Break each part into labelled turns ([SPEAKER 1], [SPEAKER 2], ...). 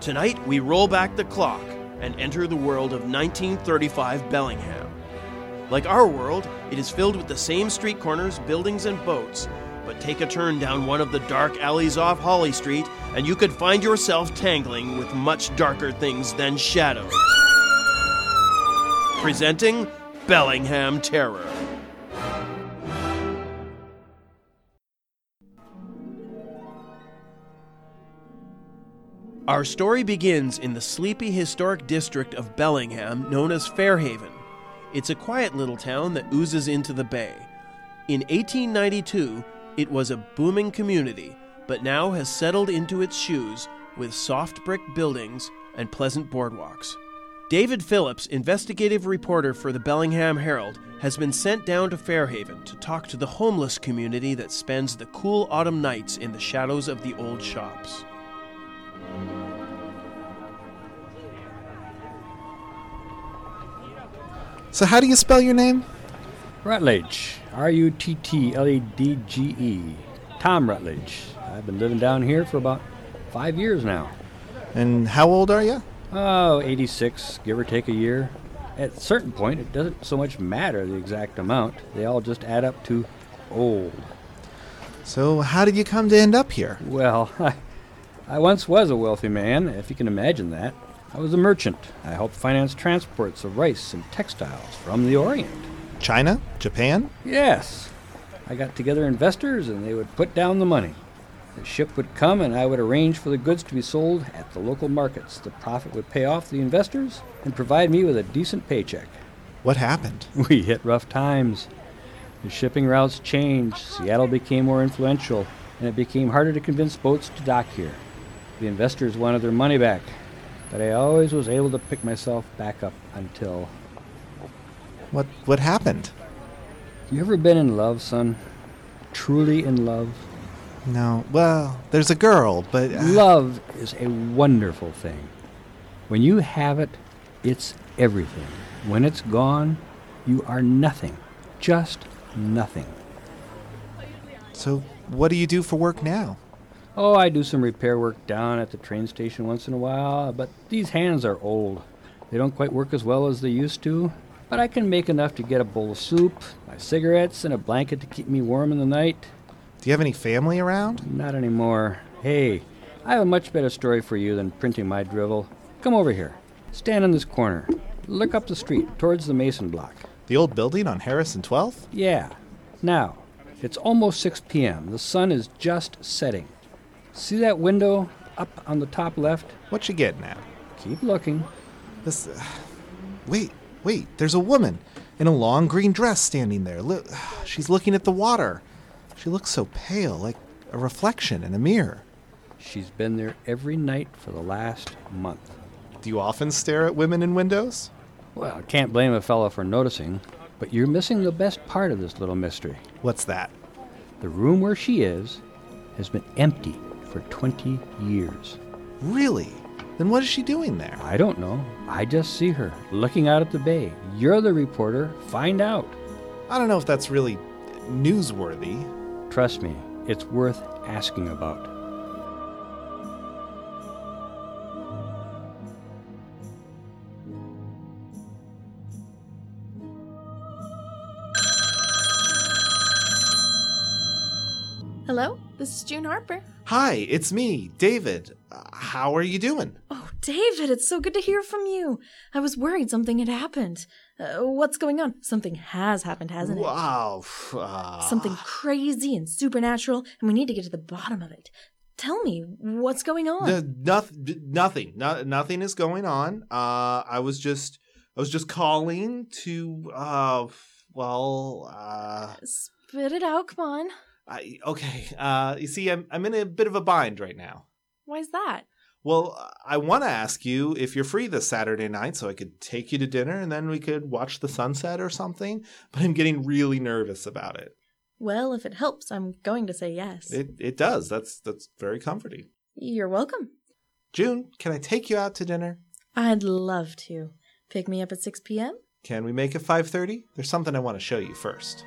[SPEAKER 1] Tonight, we roll back the clock and enter the world of 1935 Bellingham. Like our world, it is filled with the same street corners, buildings, and boats, but take a turn down one of the dark alleys off Holly Street, and you could find yourself tangling with much darker things than shadows. Presenting Bellingham Terror. Our story begins in the sleepy historic district of Bellingham known as Fairhaven. It's a quiet little town that oozes into the bay. In 1892, it was a booming community, but now has settled into its shoes with soft brick buildings and pleasant boardwalks. David Phillips, investigative reporter for the Bellingham Herald, has been sent down to Fairhaven to talk to the homeless community that spends the cool autumn nights in the shadows of the old shops.
[SPEAKER 2] So how do you spell your name?
[SPEAKER 3] Rutledge. R U T T L E D G E. Tom Rutledge. I've been living down here for about five years now.
[SPEAKER 2] And how old are you?
[SPEAKER 3] Oh, 86, give or take a year. At a certain point, it doesn't so much matter the exact amount, they all just add up to old.
[SPEAKER 2] So how did you come to end up here?
[SPEAKER 3] Well, I, I once was a wealthy man, if you can imagine that. I was a merchant. I helped finance transports of rice and textiles from the Orient.
[SPEAKER 2] China? Japan?
[SPEAKER 3] Yes. I got together investors and they would put down the money. The ship would come and I would arrange for the goods to be sold at the local markets. The profit would pay off the investors and provide me with a decent paycheck.
[SPEAKER 2] What happened?
[SPEAKER 3] We hit rough times. The shipping routes changed, Seattle became more influential, and it became harder to convince boats to dock here. The investors wanted their money back, but I always was able to pick myself back up until.
[SPEAKER 2] What what happened?
[SPEAKER 3] You ever been in love, son? Truly in love?
[SPEAKER 2] No. Well, there's a girl, but uh,
[SPEAKER 3] Love is a wonderful thing. When you have it, it's everything. When it's gone, you are nothing. Just nothing.
[SPEAKER 2] so what do you do for work now?
[SPEAKER 3] Oh, I do some repair work down at the train station once in a while, but these hands are old. They don't quite work as well as they used to, but I can make enough to get a bowl of soup, my cigarettes, and a blanket to keep me warm in the night.
[SPEAKER 2] Do you have any family around?
[SPEAKER 3] Not anymore. Hey, I have a much better story for you than printing my drivel. Come over here. Stand in this corner. Look up the street towards the Mason block.
[SPEAKER 2] The old building on Harrison 12th?
[SPEAKER 3] Yeah. Now, it's almost 6 p.m. The sun is just setting. See that window up on the top left?
[SPEAKER 2] What you getting at?
[SPEAKER 3] Keep looking.
[SPEAKER 2] This uh, Wait, wait. There's a woman in a long green dress standing there. Look, she's looking at the water. She looks so pale, like a reflection in a mirror.
[SPEAKER 3] She's been there every night for the last month.
[SPEAKER 2] Do you often stare at women in windows?
[SPEAKER 3] Well, I can't blame a fellow for noticing, but you're missing the best part of this little mystery.
[SPEAKER 2] What's that?
[SPEAKER 3] The room where she is has been empty for 20 years.
[SPEAKER 2] Really? Then what is she doing there?
[SPEAKER 3] I don't know. I just see her looking out at the bay. You're the reporter. Find out.
[SPEAKER 2] I don't know if that's really newsworthy.
[SPEAKER 3] Trust me, it's worth asking about.
[SPEAKER 4] Hello, this is June Harper.
[SPEAKER 2] Hi, it's me, David. Uh, How are you doing?
[SPEAKER 4] Oh, David, it's so good to hear from you. I was worried something had happened. Uh, what's going on? Something has happened, hasn't it?
[SPEAKER 2] Wow. f- uh,
[SPEAKER 4] Something crazy and supernatural, and we need to get to the bottom of it. Tell me, what's going on?
[SPEAKER 2] The, nothing. Nothing. No, nothing is going on. Uh, I was just. I was just calling to. Uh, f- well. Uh,
[SPEAKER 4] Spit it out, come on.
[SPEAKER 2] I, okay. Uh, you see, I'm I'm in a bit of a bind right now.
[SPEAKER 4] Why's that?
[SPEAKER 2] Well, I want to ask you if you're free this Saturday night so I could take you to dinner and then we could watch the sunset or something, but I'm getting really nervous about it.
[SPEAKER 4] Well, if it helps, I'm going to say yes.
[SPEAKER 2] It it does. That's that's very comforting.
[SPEAKER 4] You're welcome.
[SPEAKER 2] June, can I take you out to dinner?
[SPEAKER 4] I'd love to. Pick me up at 6 p.m.?
[SPEAKER 2] Can we make it 5:30? There's something I want to show you first.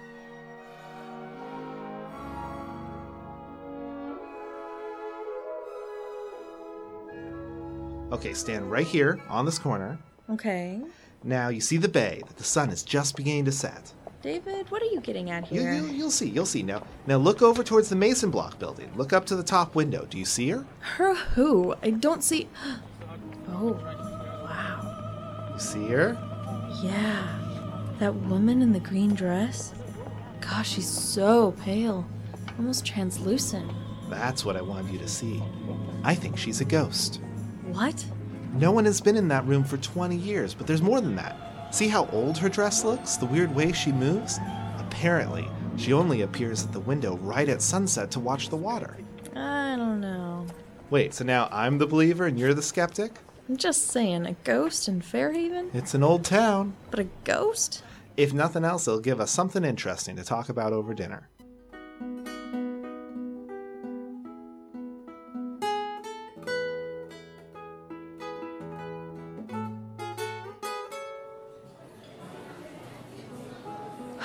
[SPEAKER 2] Okay, stand right here on this corner.
[SPEAKER 4] Okay.
[SPEAKER 2] Now you see the bay that the sun is just beginning to set.
[SPEAKER 4] David, what are you getting at
[SPEAKER 2] You,
[SPEAKER 4] here?
[SPEAKER 2] you, you'll see, you'll see. Now, now look over towards the Mason Block building. Look up to the top window. Do you see her?
[SPEAKER 4] Her who? I don't see. Oh, wow.
[SPEAKER 2] You see her?
[SPEAKER 4] Yeah. That woman in the green dress? Gosh, she's so pale. Almost translucent.
[SPEAKER 2] That's what I wanted you to see. I think she's a ghost.
[SPEAKER 4] What?
[SPEAKER 2] No one has been in that room for 20 years, but there's more than that. See how old her dress looks? The weird way she moves? Apparently, she only appears at the window right at sunset to watch the water.
[SPEAKER 4] I don't know.
[SPEAKER 2] Wait, so now I'm the believer and you're the skeptic?
[SPEAKER 4] I'm just saying, a ghost in Fairhaven?
[SPEAKER 2] It's an old town.
[SPEAKER 4] But a ghost?
[SPEAKER 2] If nothing else, it'll give us something interesting to talk about over dinner.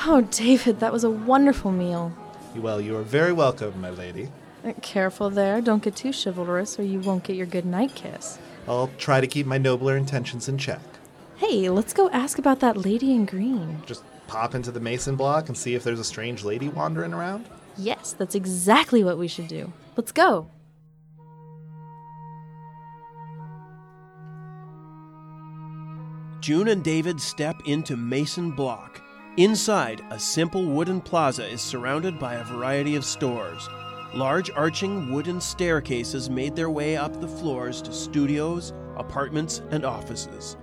[SPEAKER 4] Oh, David, that was a wonderful meal.
[SPEAKER 2] Well, you are very welcome, my lady.
[SPEAKER 4] Uh, Careful there, don't get too chivalrous or you won't get your good night kiss.
[SPEAKER 2] I'll try to keep my nobler intentions in check.
[SPEAKER 4] Hey, let's go ask about that lady in green.
[SPEAKER 2] Just pop into the Mason block and see if there's a strange lady wandering around.
[SPEAKER 4] Yes, that's exactly what we should do. Let's go.
[SPEAKER 1] June and David step into Mason Block. Inside, a simple wooden plaza is surrounded by a variety of stores. Large arching wooden staircases made their way up the floors to studios, apartments, and offices.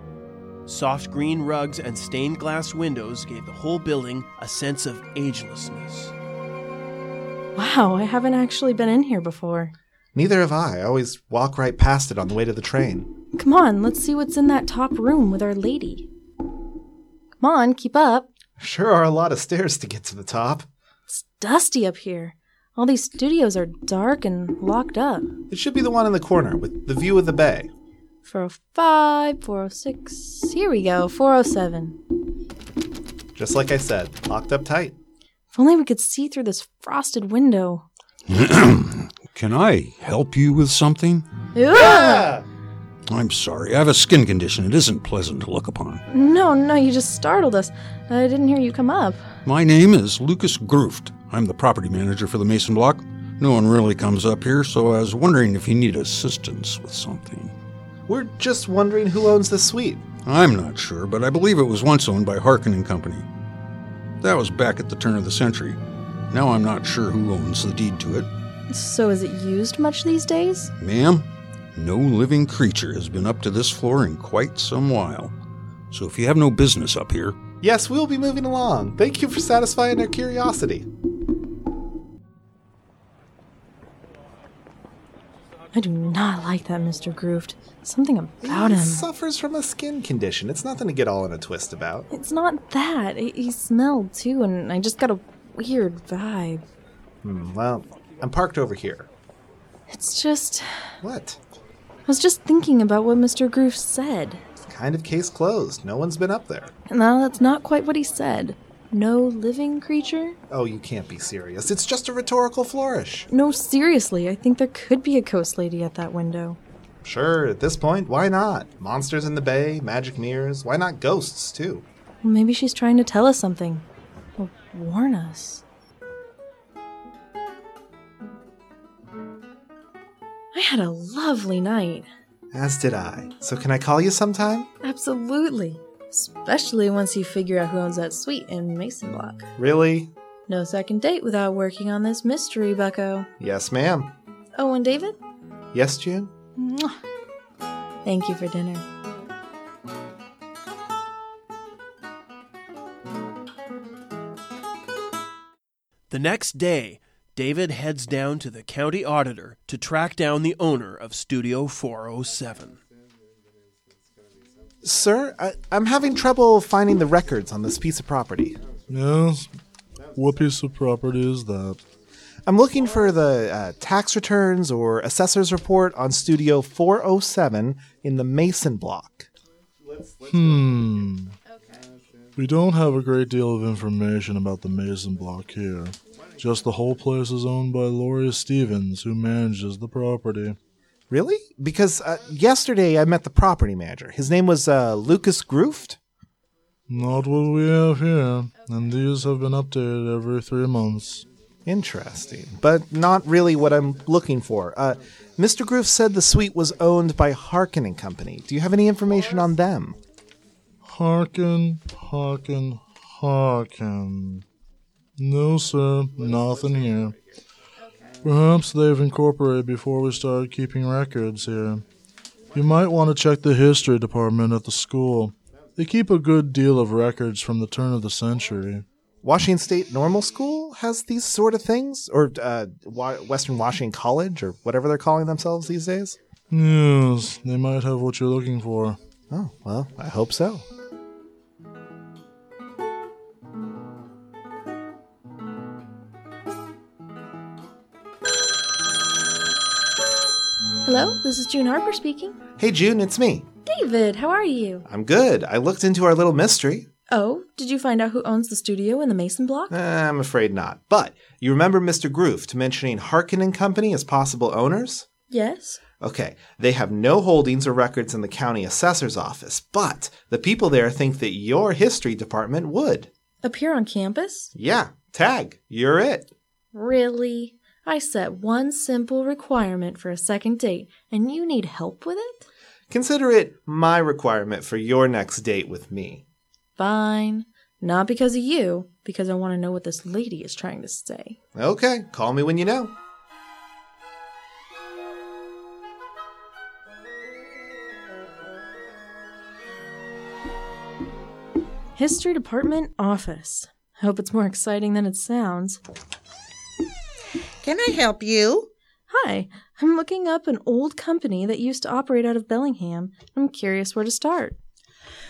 [SPEAKER 1] Soft green rugs and stained glass windows gave the whole building a sense of agelessness.
[SPEAKER 4] Wow, I haven't actually been in here before.
[SPEAKER 2] Neither have I. I always walk right past it on the way to the train.
[SPEAKER 4] Come on, let's see what's in that top room with our lady. Come on, keep up.
[SPEAKER 2] Sure are a lot of stairs to get to the top.
[SPEAKER 4] It's dusty up here. All these studios are dark and locked up.
[SPEAKER 2] It should be the one in the corner with the view of the bay.
[SPEAKER 4] 405, 406. Here we go, 407.
[SPEAKER 2] Just like I said, locked up tight.
[SPEAKER 4] If only we could see through this frosted window.
[SPEAKER 5] Can I help you with something?
[SPEAKER 4] Ooh!
[SPEAKER 5] I'm sorry. I have a skin condition. It isn't pleasant to look upon.
[SPEAKER 4] No, no, you just startled us. I didn't hear you come up.
[SPEAKER 5] My name is Lucas Groeft. I'm the property manager for the Mason Block. No one really comes up here, so I was wondering if you need assistance with something.
[SPEAKER 2] We're just wondering who owns this suite.
[SPEAKER 5] I'm not sure, but I believe it was once owned by Harkin and Company. That was back at the turn of the century. Now I'm not sure who owns the deed to it.
[SPEAKER 4] So, is it used much these days?
[SPEAKER 5] Ma'am, no living creature has been up to this floor in quite some while. So if you have no business up here,
[SPEAKER 2] Yes, we'll be moving along. Thank you for satisfying our curiosity.
[SPEAKER 4] I do not like that Mr. Grooved. Something about
[SPEAKER 2] he
[SPEAKER 4] him.
[SPEAKER 2] suffers from a skin condition. It's nothing to get all in a twist about.
[SPEAKER 4] It's not that. He he smelled too, and I just got a weird vibe.
[SPEAKER 2] Hmm, well, I'm parked over here.
[SPEAKER 4] It's just.
[SPEAKER 2] What?
[SPEAKER 4] I was just thinking about what Mr. Groove said.
[SPEAKER 2] It's kind of case closed. No one's been up there.
[SPEAKER 4] And now that's not quite what he said. No living creature?
[SPEAKER 2] Oh, you can't be serious. It's just a rhetorical flourish.
[SPEAKER 4] No, seriously, I think there could be a ghost lady at that window.
[SPEAKER 2] Sure, at this point, why not? Monsters in the Bay, magic mirrors, why not ghosts, too?
[SPEAKER 4] Well, maybe she's trying to tell us something. Or warn us. I had a lovely night.
[SPEAKER 2] As did I. So, can I call you sometime?
[SPEAKER 4] Absolutely. Especially once you figure out who owns that suite in Mason Block.
[SPEAKER 2] Really?
[SPEAKER 4] No second date without working on this mystery, bucko.
[SPEAKER 2] Yes, ma'am.
[SPEAKER 4] Oh, and David?
[SPEAKER 2] Yes, June?
[SPEAKER 4] Mwah. Thank you for dinner.
[SPEAKER 1] The next day, David heads down to the county auditor to track down the owner of Studio 407.
[SPEAKER 2] Sir, I, I'm having trouble finding the records on this piece of property.
[SPEAKER 6] Yes. What piece of property is that?
[SPEAKER 2] I'm looking for the uh, tax returns or assessor's report on Studio 407 in the Mason block.
[SPEAKER 6] Hmm. We don't have a great deal of information about the Mason block here. Just the whole place is owned by Laurie Stevens, who manages the property.
[SPEAKER 2] Really? Because uh, yesterday I met the property manager. His name was uh, Lucas Groofed.
[SPEAKER 6] Not what we have here, and these have been updated every three months.
[SPEAKER 2] Interesting, but not really what I'm looking for. Uh, Mr. Groove said the suite was owned by Harkin and Company. Do you have any information on them?
[SPEAKER 6] Harkin, harkin, harkin. No, sir, nothing here. Perhaps they've incorporated before we started keeping records here. You might want to check the history department at the school. They keep a good deal of records from the turn of the century.
[SPEAKER 2] Washington State Normal School has these sort of things, or uh, Wa- Western Washington College, or whatever they're calling themselves these days.
[SPEAKER 6] Yes, they might have what you're looking for.
[SPEAKER 2] Oh, well, I hope so.
[SPEAKER 4] Hello, this is June Harper speaking.
[SPEAKER 2] Hey, June, it's me.
[SPEAKER 4] David, how are you?
[SPEAKER 2] I'm good. I looked into our little mystery.
[SPEAKER 4] Oh, did you find out who owns the studio in the Mason block?
[SPEAKER 2] Eh, I'm afraid not. But you remember Mr. Groove mentioning Harkin and Company as possible owners?
[SPEAKER 4] Yes.
[SPEAKER 2] Okay, they have no holdings or records in the county assessor's office, but the people there think that your history department would.
[SPEAKER 4] Appear on campus?
[SPEAKER 2] Yeah, tag, you're it.
[SPEAKER 4] Really? I set one simple requirement for a second date, and you need help with it?
[SPEAKER 2] Consider it my requirement for your next date with me.
[SPEAKER 4] Fine. Not because of you, because I want to know what this lady is trying to say.
[SPEAKER 2] Okay, call me when you know.
[SPEAKER 4] History Department Office. I hope it's more exciting than it sounds.
[SPEAKER 7] Can I help you?
[SPEAKER 4] Hi, I'm looking up an old company that used to operate out of Bellingham. I'm curious where to start.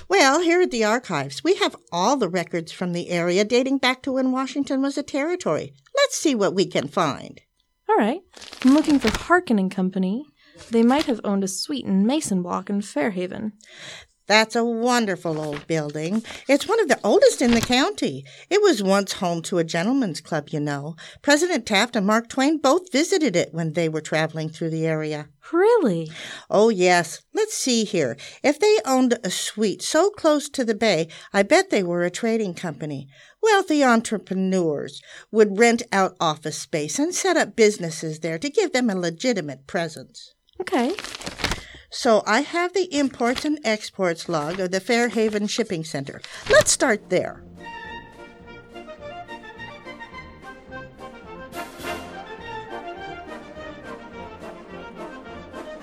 [SPEAKER 7] Well, here at the archives, we have all the records from the area dating back to when Washington was a territory. Let's see what we can find.
[SPEAKER 4] All right, I'm looking for Harkin and Company. They might have owned a suite in Mason Block in Fairhaven.
[SPEAKER 7] That's a wonderful old building. It's one of the oldest in the county. It was once home to a gentleman's club, you know. President Taft and Mark Twain both visited it when they were traveling through the area.
[SPEAKER 4] Really?
[SPEAKER 7] Oh, yes. Let's see here. If they owned a suite so close to the bay, I bet they were a trading company. Wealthy entrepreneurs would rent out office space and set up businesses there to give them a legitimate presence.
[SPEAKER 4] Okay.
[SPEAKER 7] So I have the imports and exports log of the Fairhaven Shipping Center. Let's start there.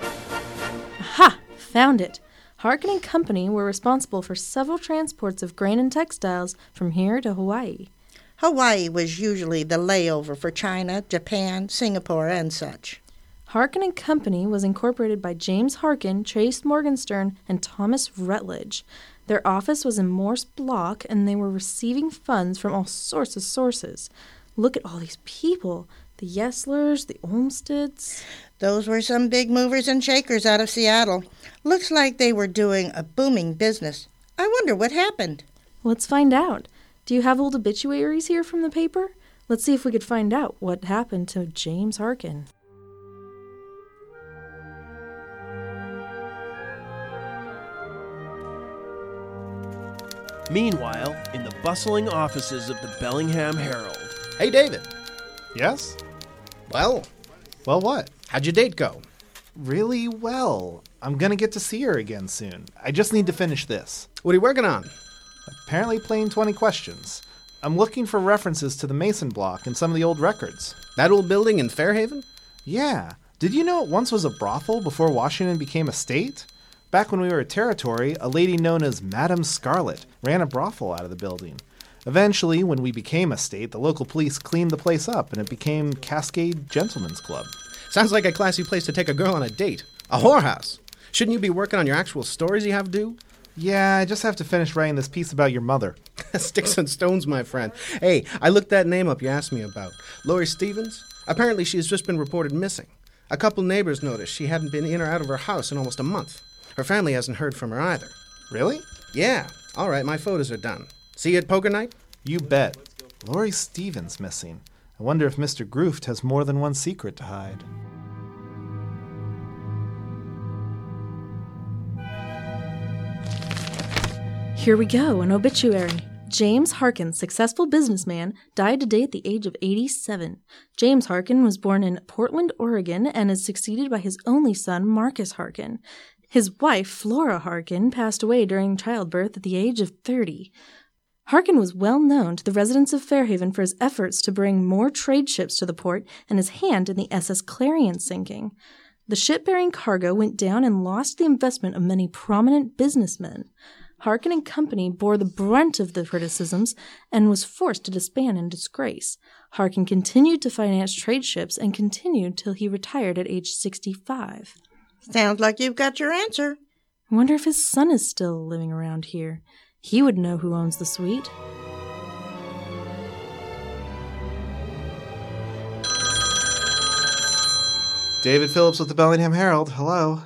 [SPEAKER 4] Aha! Found it. Harkin and Company were responsible for several transports of grain and textiles from here to Hawaii.
[SPEAKER 7] Hawaii was usually the layover for China, Japan, Singapore, and such.
[SPEAKER 4] Harkin and Company was incorporated by James Harkin, Chase Morgenstern, and Thomas Rutledge. Their office was in Morse Block, and they were receiving funds from all sorts of sources. Look at all these people the Yeslers, the Olmsteds.
[SPEAKER 7] Those were some big movers and shakers out of Seattle. Looks like they were doing a booming business. I wonder what happened.
[SPEAKER 4] Let's find out. Do you have old obituaries here from the paper? Let's see if we could find out what happened to James Harkin.
[SPEAKER 1] Meanwhile, in the bustling offices of the Bellingham Herald,
[SPEAKER 8] Hey, David.
[SPEAKER 2] Yes?
[SPEAKER 8] Well,
[SPEAKER 2] Well, what?
[SPEAKER 8] how'd your date go?
[SPEAKER 2] Really well. I'm gonna get to see her again soon. I just need to finish this.
[SPEAKER 8] What are you working on?
[SPEAKER 2] Apparently, playing 20 questions. I'm looking for references to the Mason block and some of the old records.
[SPEAKER 8] That old building in Fairhaven?
[SPEAKER 2] Yeah. Did you know it once was a brothel before Washington became a state? Back when we were a territory, a lady known as Madame Scarlet ran a brothel out of the building. Eventually, when we became a state, the local police cleaned the place up and it became Cascade Gentlemen's Club.
[SPEAKER 8] Sounds like a classy place to take a girl on a date. A whorehouse. Shouldn't you be working on your actual stories you have due?
[SPEAKER 2] Yeah, I just have to finish writing this piece about your mother.
[SPEAKER 8] Sticks and stones, my friend. Hey, I looked that name up you asked me about. Lori Stevens? Apparently, she's just been reported missing. A couple neighbors noticed she hadn't been in or out of her house in almost a month. Her family hasn't heard from her either.
[SPEAKER 2] Really?
[SPEAKER 8] Yeah, all right, my photos are done. See you at poker night?
[SPEAKER 2] You bet. Lori Stevens missing. I wonder if Mr. Grooft has more than one secret to hide.
[SPEAKER 4] Here we go, an obituary. James Harkin, successful businessman, died today at the age of 87. James Harkin was born in Portland, Oregon, and is succeeded by his only son, Marcus Harkin. His wife, Flora Harkin, passed away during childbirth at the age of 30. Harkin was well known to the residents of Fairhaven for his efforts to bring more trade ships to the port and his hand in the SS Clarion sinking. The ship bearing cargo went down and lost the investment of many prominent businessmen. Harkin and Company bore the brunt of the criticisms and was forced to disband in disgrace. Harkin continued to finance trade ships and continued till he retired at age 65.
[SPEAKER 7] Sounds like you've got your answer.
[SPEAKER 4] I wonder if his son is still living around here. He would know who owns the suite.
[SPEAKER 2] David Phillips with the Bellingham Herald. Hello.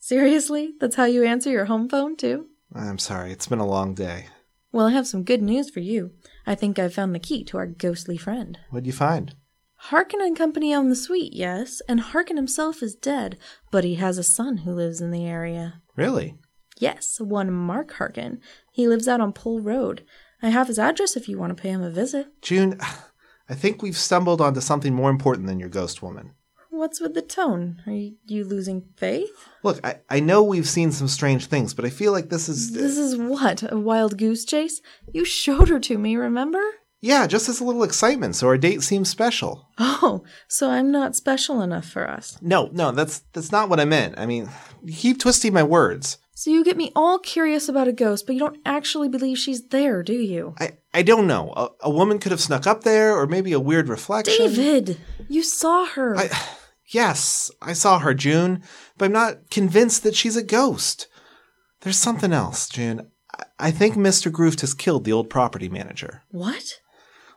[SPEAKER 4] Seriously? That's how you answer your home phone, too?
[SPEAKER 2] I'm sorry, it's been a long day.
[SPEAKER 4] Well, I have some good news for you. I think I've found the key to our ghostly friend.
[SPEAKER 2] What'd you find?
[SPEAKER 4] Harkin and Company own the suite, yes, and Harkin himself is dead, but he has a son who lives in the area.
[SPEAKER 2] Really?
[SPEAKER 4] Yes, one Mark Harkin. He lives out on Pole Road. I have his address if you want to pay him a visit.
[SPEAKER 2] June, I think we've stumbled onto something more important than your ghost woman.
[SPEAKER 4] What's with the tone? Are y- you losing faith?
[SPEAKER 2] Look, I, I know we've seen some strange things, but I feel like this is.
[SPEAKER 4] This is what? A wild goose chase? You showed her to me, remember?
[SPEAKER 2] yeah, just as a little excitement, so our date seems special.
[SPEAKER 4] Oh, so I'm not special enough for us.
[SPEAKER 2] No, no, that's that's not what I meant. I mean, you keep twisting my words.
[SPEAKER 4] So you get me all curious about a ghost, but you don't actually believe she's there, do you?
[SPEAKER 2] I, I don't know. A, a woman could have snuck up there, or maybe a weird reflection.
[SPEAKER 4] David, you saw her.
[SPEAKER 2] I, yes, I saw her, June, but I'm not convinced that she's a ghost. There's something else, June. I, I think Mr. Grooved has killed the old property manager.
[SPEAKER 4] What?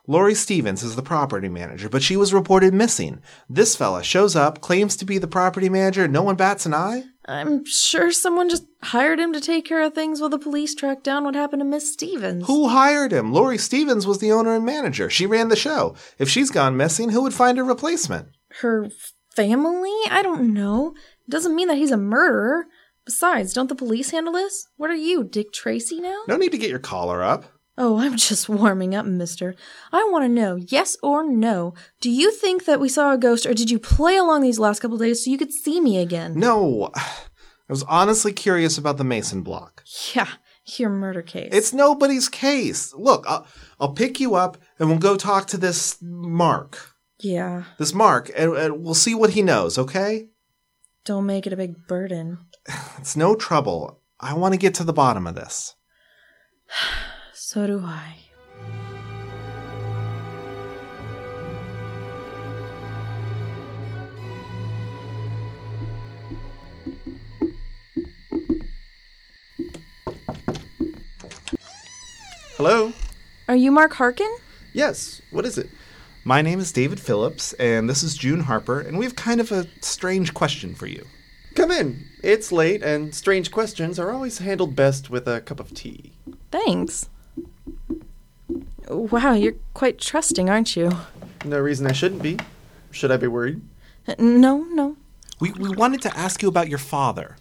[SPEAKER 2] Lori Stevens is the property manager, but she was reported missing. This fella shows up, claims to be the property manager, and no one bats an eye?
[SPEAKER 4] I'm sure someone just hired him to take care of things while the police tracked down what happened to Miss Stevens.
[SPEAKER 2] Who hired him? Lori Stevens was the owner and manager. She ran the show. If she's gone missing, who would find a replacement?
[SPEAKER 4] Her family? I don't know. Doesn't mean that he's a murderer. Besides, don't the police handle this? What are you, Dick Tracy now?
[SPEAKER 2] No need to get your collar up.
[SPEAKER 4] Oh, I'm just warming up, mister. I want to know, yes or no, do you think that we saw a ghost or did you play along these last couple days so you could see me again?
[SPEAKER 2] No. I was honestly curious about the Mason block.
[SPEAKER 4] Yeah, your murder case.
[SPEAKER 2] It's nobody's case. Look, I'll, I'll pick you up and we'll go talk to this Mark.
[SPEAKER 4] Yeah,
[SPEAKER 2] This Mark, and, and we'll see what he knows, okay?
[SPEAKER 4] don't make it a big burden.
[SPEAKER 2] It's no trouble. I want to get to the bottom of this.
[SPEAKER 4] So do I.
[SPEAKER 2] Hello?
[SPEAKER 4] Are you Mark Harkin?
[SPEAKER 2] Yes, what is it? My name is David Phillips, and this is June Harper, and we have kind of a strange question for you.
[SPEAKER 9] Come in. It's late, and strange questions are always handled best with a cup of tea.
[SPEAKER 4] Thanks. Wow, you're quite trusting, aren't you?
[SPEAKER 9] No reason I shouldn't be. Should I be worried?
[SPEAKER 4] Uh, No, no.
[SPEAKER 2] We, we wanted to ask you about your father.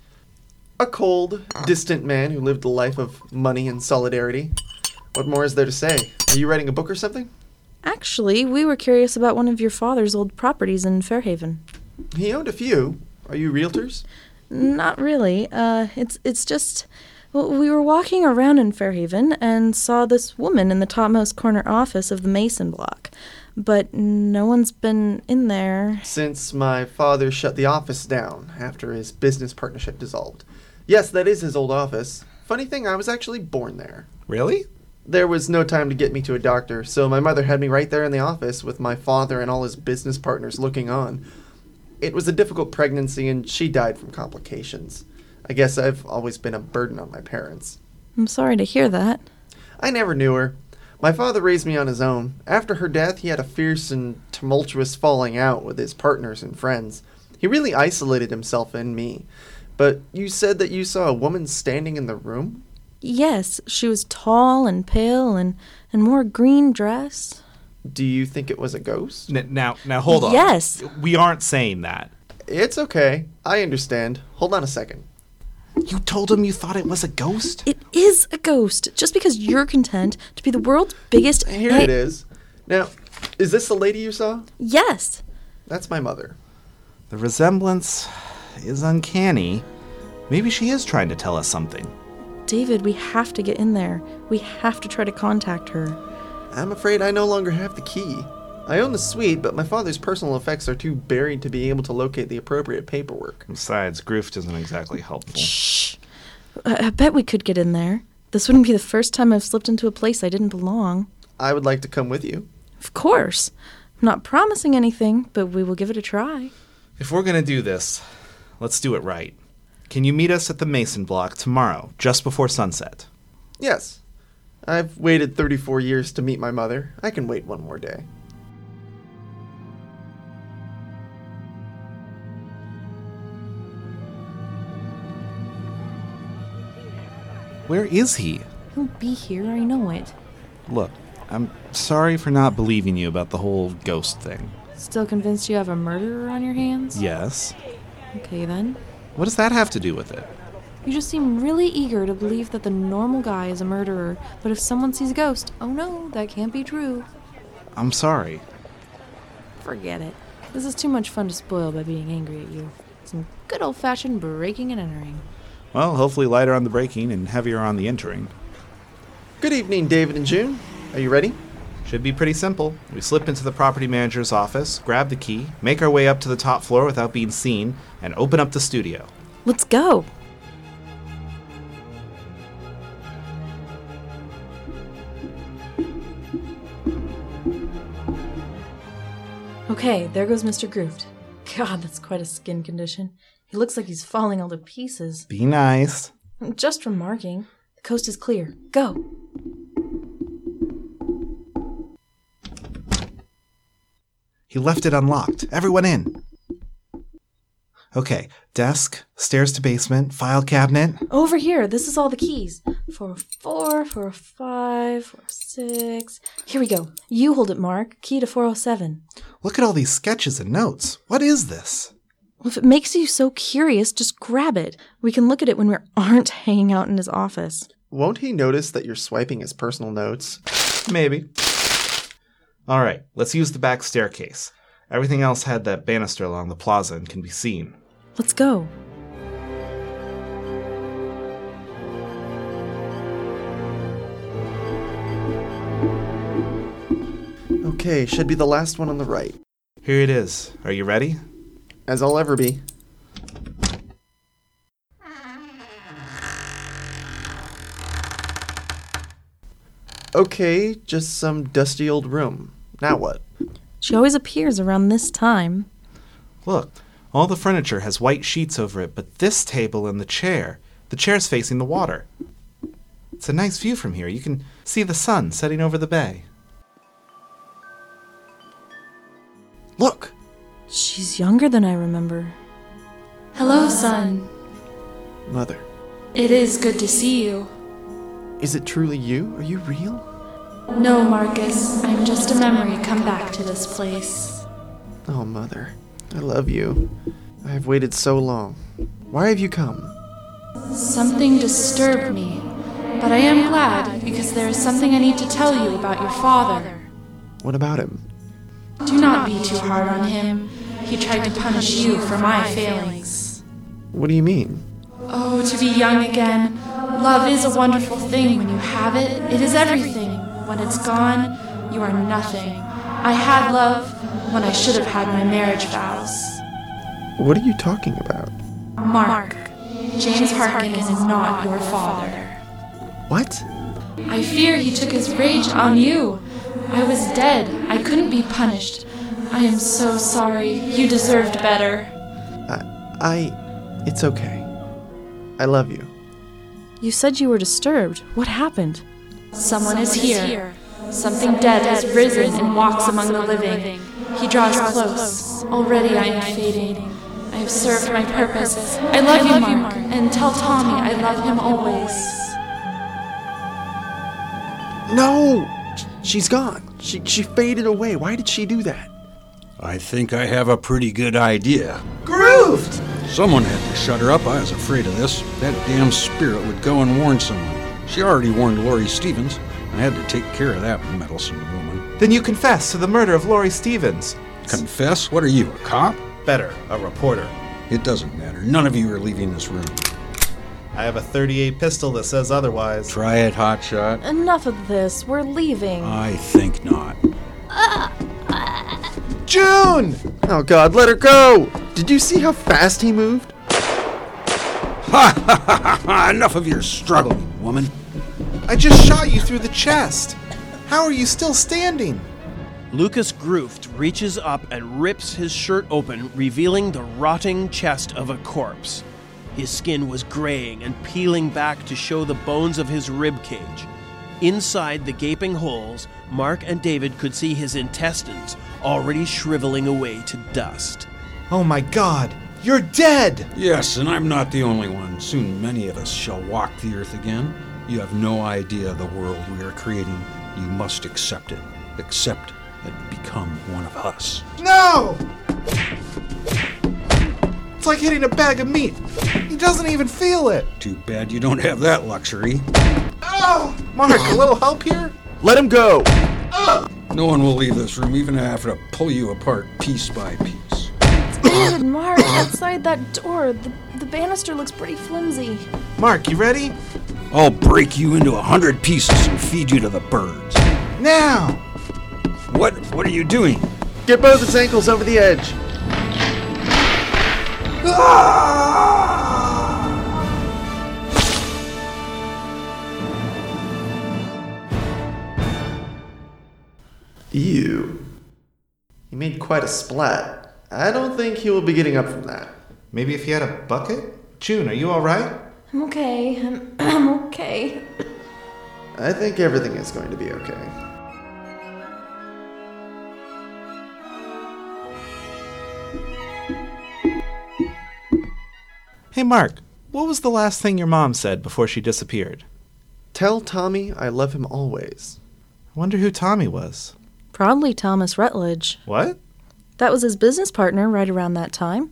[SPEAKER 9] A cold, distant man who lived a life of money and solidarity. What more is there to say? Are you writing a book or something?
[SPEAKER 4] Actually, we were curious about one of your father's old properties in Fairhaven.
[SPEAKER 9] He owned a few. Are you realtors?
[SPEAKER 4] Not really. Uh, it's it's just well, we were walking around in Fairhaven and saw this woman in the topmost corner office of the Mason block, but no one's been in there.
[SPEAKER 9] Since my father shut the office down after his business partnership dissolved. Yes, that is his old office. Funny thing, I was actually born there.
[SPEAKER 2] Really?
[SPEAKER 9] There was no time to get me to a doctor, so my mother had me right there in the office with my father and all his business partners looking on. It was a difficult pregnancy, and she died from complications. I guess I've always been a burden on my parents.
[SPEAKER 4] I'm sorry to hear that.
[SPEAKER 9] I never knew her. My father raised me on his own. After her death, he had a fierce and tumultuous falling out with his partners and friends. He really isolated himself and me. But you said that you saw a woman standing in the room?
[SPEAKER 4] Yes, she was tall and pale and and wore a green dress.
[SPEAKER 9] Do you think it was a ghost?
[SPEAKER 10] now, now hold on.
[SPEAKER 4] Yes.
[SPEAKER 10] We aren't saying that.
[SPEAKER 9] It's okay. I understand. Hold on a second.
[SPEAKER 2] You told him you thought it was a ghost?
[SPEAKER 4] It is a ghost. Just because you're content to be the world's biggest.
[SPEAKER 9] Here
[SPEAKER 4] a-
[SPEAKER 9] it is. Now, is this the lady you saw?
[SPEAKER 4] Yes.
[SPEAKER 9] That's my mother.
[SPEAKER 2] The resemblance is uncanny. Maybe she is trying to tell us something.
[SPEAKER 4] David, we have to get in there. We have to try to contact her.
[SPEAKER 9] I'm afraid I no longer have the key. I own the suite, but my father's personal effects are too buried to be able to locate the appropriate paperwork.
[SPEAKER 2] Besides, Groof isn't exactly helpful.
[SPEAKER 4] I, I bet we could get in there. This wouldn't be the first time I've slipped into a place I didn't belong.
[SPEAKER 9] I would like to come with you.
[SPEAKER 4] Of course. I'm not promising anything, but we will give it a try.
[SPEAKER 2] If we're gonna do this, let's do it right. Can you meet us at the Mason block tomorrow, just before sunset?
[SPEAKER 9] Yes. I've waited 34 years to meet my mother. I can wait one more day.
[SPEAKER 2] Where is he?
[SPEAKER 4] He'll be here, I know it.
[SPEAKER 2] Look, I'm sorry for not believing you about the whole ghost thing.
[SPEAKER 4] Still convinced you have a murderer on your hands?
[SPEAKER 2] Yes?
[SPEAKER 4] Okay then.
[SPEAKER 2] What does that have to do with it?
[SPEAKER 4] You just seem really eager to believe that the normal guy is a murderer, but if someone sees a ghost, oh no, that can't be true.
[SPEAKER 2] I'm sorry.
[SPEAKER 4] Forget it. This is too much fun to spoil by being angry at you. Some good old fashioned breaking and entering.
[SPEAKER 2] Well, hopefully lighter on the braking and heavier on the entering.
[SPEAKER 9] Good evening, David and June. Are you ready?
[SPEAKER 2] Should be pretty simple. We slip into the property manager's office, grab the key, make our way up to the top floor without being seen, and open up the studio.
[SPEAKER 4] Let's go! Okay, there goes Mr. Grooved. God, that's quite a skin condition. He looks like he's falling all to pieces.
[SPEAKER 2] Be nice.
[SPEAKER 4] I'm just remarking. The coast is clear. Go!
[SPEAKER 2] He left it unlocked. Everyone in. Okay, desk, stairs to basement, file cabinet.
[SPEAKER 4] Over here, this is all the keys. For a four, for a five, for a six. Here we go. You hold it, Mark. Key to 407.
[SPEAKER 2] Look at all these sketches and notes. What is this?
[SPEAKER 4] Well, If it makes you so curious, just grab it. We can look at it when we aren't hanging out in his office.
[SPEAKER 9] Won't he notice that you're swiping his personal notes?
[SPEAKER 2] Maybe. All right, let's use the back staircase. Everything else had that banister along the plaza and can be seen.
[SPEAKER 4] Let's go.
[SPEAKER 9] Okay, should be the last one on the right.
[SPEAKER 2] Here it is. Are you ready?
[SPEAKER 9] As I'll ever be. Okay, just some dusty old room. Now what?
[SPEAKER 4] She always appears around this time.
[SPEAKER 2] Look, all the furniture has white sheets over it, but this table and the chair, the chair's facing the water. It's a nice view from here. You can see the sun setting over the bay. Look!
[SPEAKER 4] She's younger than I remember. Hello, son.
[SPEAKER 9] Mother,
[SPEAKER 10] It is good to see you.
[SPEAKER 9] is it truly you? Are you real?
[SPEAKER 10] No, Marcus, I'm just a memory come back to this place.
[SPEAKER 9] Oh, Mother, I love you. I have waited so long. Why have you come?
[SPEAKER 10] Something disturbed me, but I am glad because there is something I need to tell you about your father.
[SPEAKER 9] What about him?
[SPEAKER 10] Do not be too hard on him. He tried to punish you for my failings.
[SPEAKER 9] What do you mean?
[SPEAKER 10] Oh, to be young again. Love is a wonderful thing when you have it. It is everything. When it's gone, you are nothing. I had love when I should have had my marriage vows.
[SPEAKER 9] What are you talking about?
[SPEAKER 10] Mark, James Harkin is not your father.
[SPEAKER 9] What?
[SPEAKER 10] I fear he took his rage on you. I was dead. I couldn't be punished. I am so sorry. You deserved better.
[SPEAKER 9] I. I it's okay. I love you.
[SPEAKER 4] You said you were disturbed. What happened?
[SPEAKER 10] Someone is here. Something dead has risen and walks among the living. He draws close. Already I am fading. I have served my purpose. I love you, Mark, and tell Tommy I love him always.
[SPEAKER 9] No! Sh- She's gone. She, she faded away. Why did she do that?
[SPEAKER 5] I think I have a pretty good idea.
[SPEAKER 9] Grooved!
[SPEAKER 5] Someone had to shut her up. I was afraid of this. That damn spirit would go and warn someone. She already warned Lori Stevens. I had to take care of that meddlesome woman.
[SPEAKER 2] Then you confess to the murder of Lori Stevens.
[SPEAKER 5] Confess? What are you, a cop?
[SPEAKER 2] Better, a reporter.
[SPEAKER 5] It doesn't matter. None of you are leaving this room.
[SPEAKER 2] I have a 38 pistol that says otherwise.
[SPEAKER 5] Try it, hotshot.
[SPEAKER 4] Enough of this. We're leaving.
[SPEAKER 5] I think not.
[SPEAKER 2] June!
[SPEAKER 9] Oh god, let her go! Did you see how fast he moved?
[SPEAKER 5] Ah, Enough of your struggling, woman.
[SPEAKER 2] I just shot you through the chest. How are you still standing?
[SPEAKER 1] Lucas Grooft reaches up and rips his shirt open, revealing the rotting chest of a corpse. His skin was graying and peeling back to show the bones of his rib cage. Inside the gaping holes, Mark and David could see his intestines already shriveling away to dust.
[SPEAKER 2] Oh my god, you're dead!
[SPEAKER 5] Yes, and I'm not the only one. Soon many of us shall walk the earth again. You have no idea the world we are creating. You must accept it. Accept and become one of us.
[SPEAKER 2] No! It's like hitting a bag of meat. He doesn't even feel it.
[SPEAKER 5] Too bad you don't have that luxury.
[SPEAKER 2] Oh! Mark, a little help here?
[SPEAKER 9] Let him go!
[SPEAKER 5] No one will leave this room, even if I have to pull you apart piece by piece.
[SPEAKER 4] David, Mark, outside that door, the, the banister looks pretty flimsy.
[SPEAKER 2] Mark, you ready?
[SPEAKER 5] I'll break you into a hundred pieces and feed you to the birds.
[SPEAKER 2] Now!
[SPEAKER 5] What? What are you doing?
[SPEAKER 9] Get both his ankles over the edge! Ew. He made quite a splat. I don't think he will be getting up from that.
[SPEAKER 2] Maybe if you had a bucket? June, are you alright?
[SPEAKER 10] I'm okay. I'm, I'm okay.
[SPEAKER 9] I think everything is going to be okay.
[SPEAKER 2] Hey, Mark, what was the last thing your mom said before she disappeared?
[SPEAKER 9] Tell Tommy I love him always.
[SPEAKER 2] I wonder who Tommy was.
[SPEAKER 4] Probably Thomas Rutledge.
[SPEAKER 2] What?
[SPEAKER 4] That was his business partner right around that time.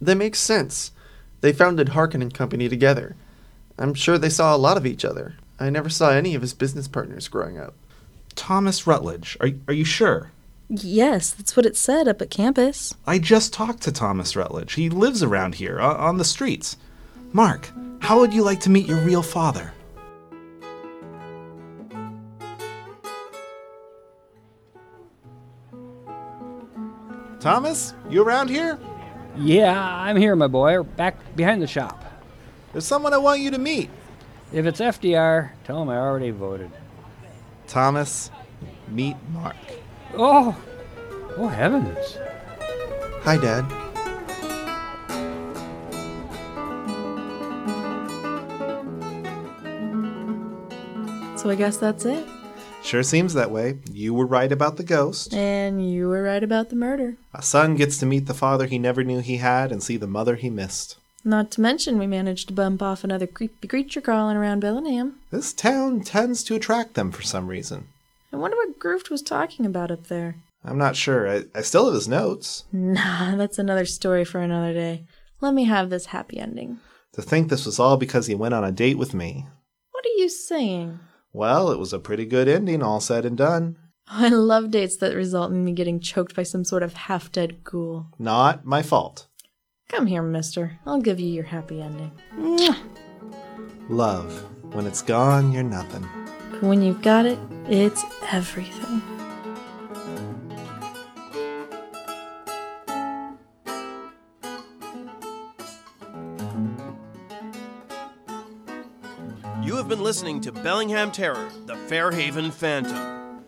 [SPEAKER 9] That makes sense. They founded Harkin and Company together. I'm sure they saw a lot of each other. I never saw any of his business partners growing up.
[SPEAKER 2] Thomas Rutledge. Are, are you sure?
[SPEAKER 4] Yes, that's what it said up at campus.
[SPEAKER 2] I just talked to Thomas Rutledge. He lives around here, o- on the streets. Mark, how would you like to meet your real father? Thomas, you around here?
[SPEAKER 3] Yeah, I'm here, my boy. Back behind the shop.
[SPEAKER 2] There's someone I want you to meet.
[SPEAKER 3] If it's FDR, tell him I already voted.
[SPEAKER 2] Thomas, meet Mark.
[SPEAKER 3] Oh, oh heavens.
[SPEAKER 9] Hi, Dad.
[SPEAKER 4] So I guess that's it.
[SPEAKER 2] Sure seems that way. You were right about the ghost.
[SPEAKER 4] And you were right about the murder.
[SPEAKER 2] A son gets to meet the father he never knew he had and see the mother he missed.
[SPEAKER 4] Not to mention, we managed to bump off another creepy creature crawling around Bellingham.
[SPEAKER 2] This town tends to attract them for some reason.
[SPEAKER 4] I wonder what Grooft was talking about up there.
[SPEAKER 2] I'm not sure. I, I still have his notes.
[SPEAKER 4] Nah, that's another story for another day. Let me have this happy ending.
[SPEAKER 2] To think this was all because he went on a date with me.
[SPEAKER 4] What are you saying?
[SPEAKER 2] Well, it was a pretty good ending, all said and done.
[SPEAKER 4] I love dates that result in me getting choked by some sort of half dead ghoul.
[SPEAKER 2] Not my fault.
[SPEAKER 4] Come here, mister. I'll give you your happy ending.
[SPEAKER 7] Mm.
[SPEAKER 2] Love. When it's gone, you're nothing.
[SPEAKER 4] But when you've got it, it's everything.
[SPEAKER 1] You have been listening to Bellingham Terror, the Fairhaven Phantom.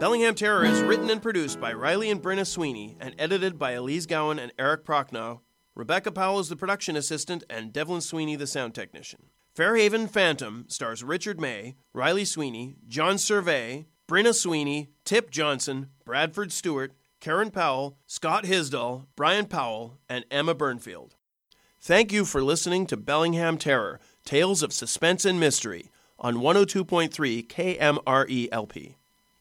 [SPEAKER 1] Bellingham Terror is written and produced by Riley and Brenna Sweeney and edited by Elise Gowan and Eric Prochnow. Rebecca Powell is the production assistant and Devlin Sweeney the sound technician. Fairhaven Phantom stars Richard May, Riley Sweeney, John Survey, Brenna Sweeney, Tip Johnson, Bradford Stewart, Karen Powell, Scott Hisdall, Brian Powell, and Emma Burnfield. Thank you for listening to Bellingham oh E Terror Tales of Suspense and Mystery on 102.3 KMRE LP.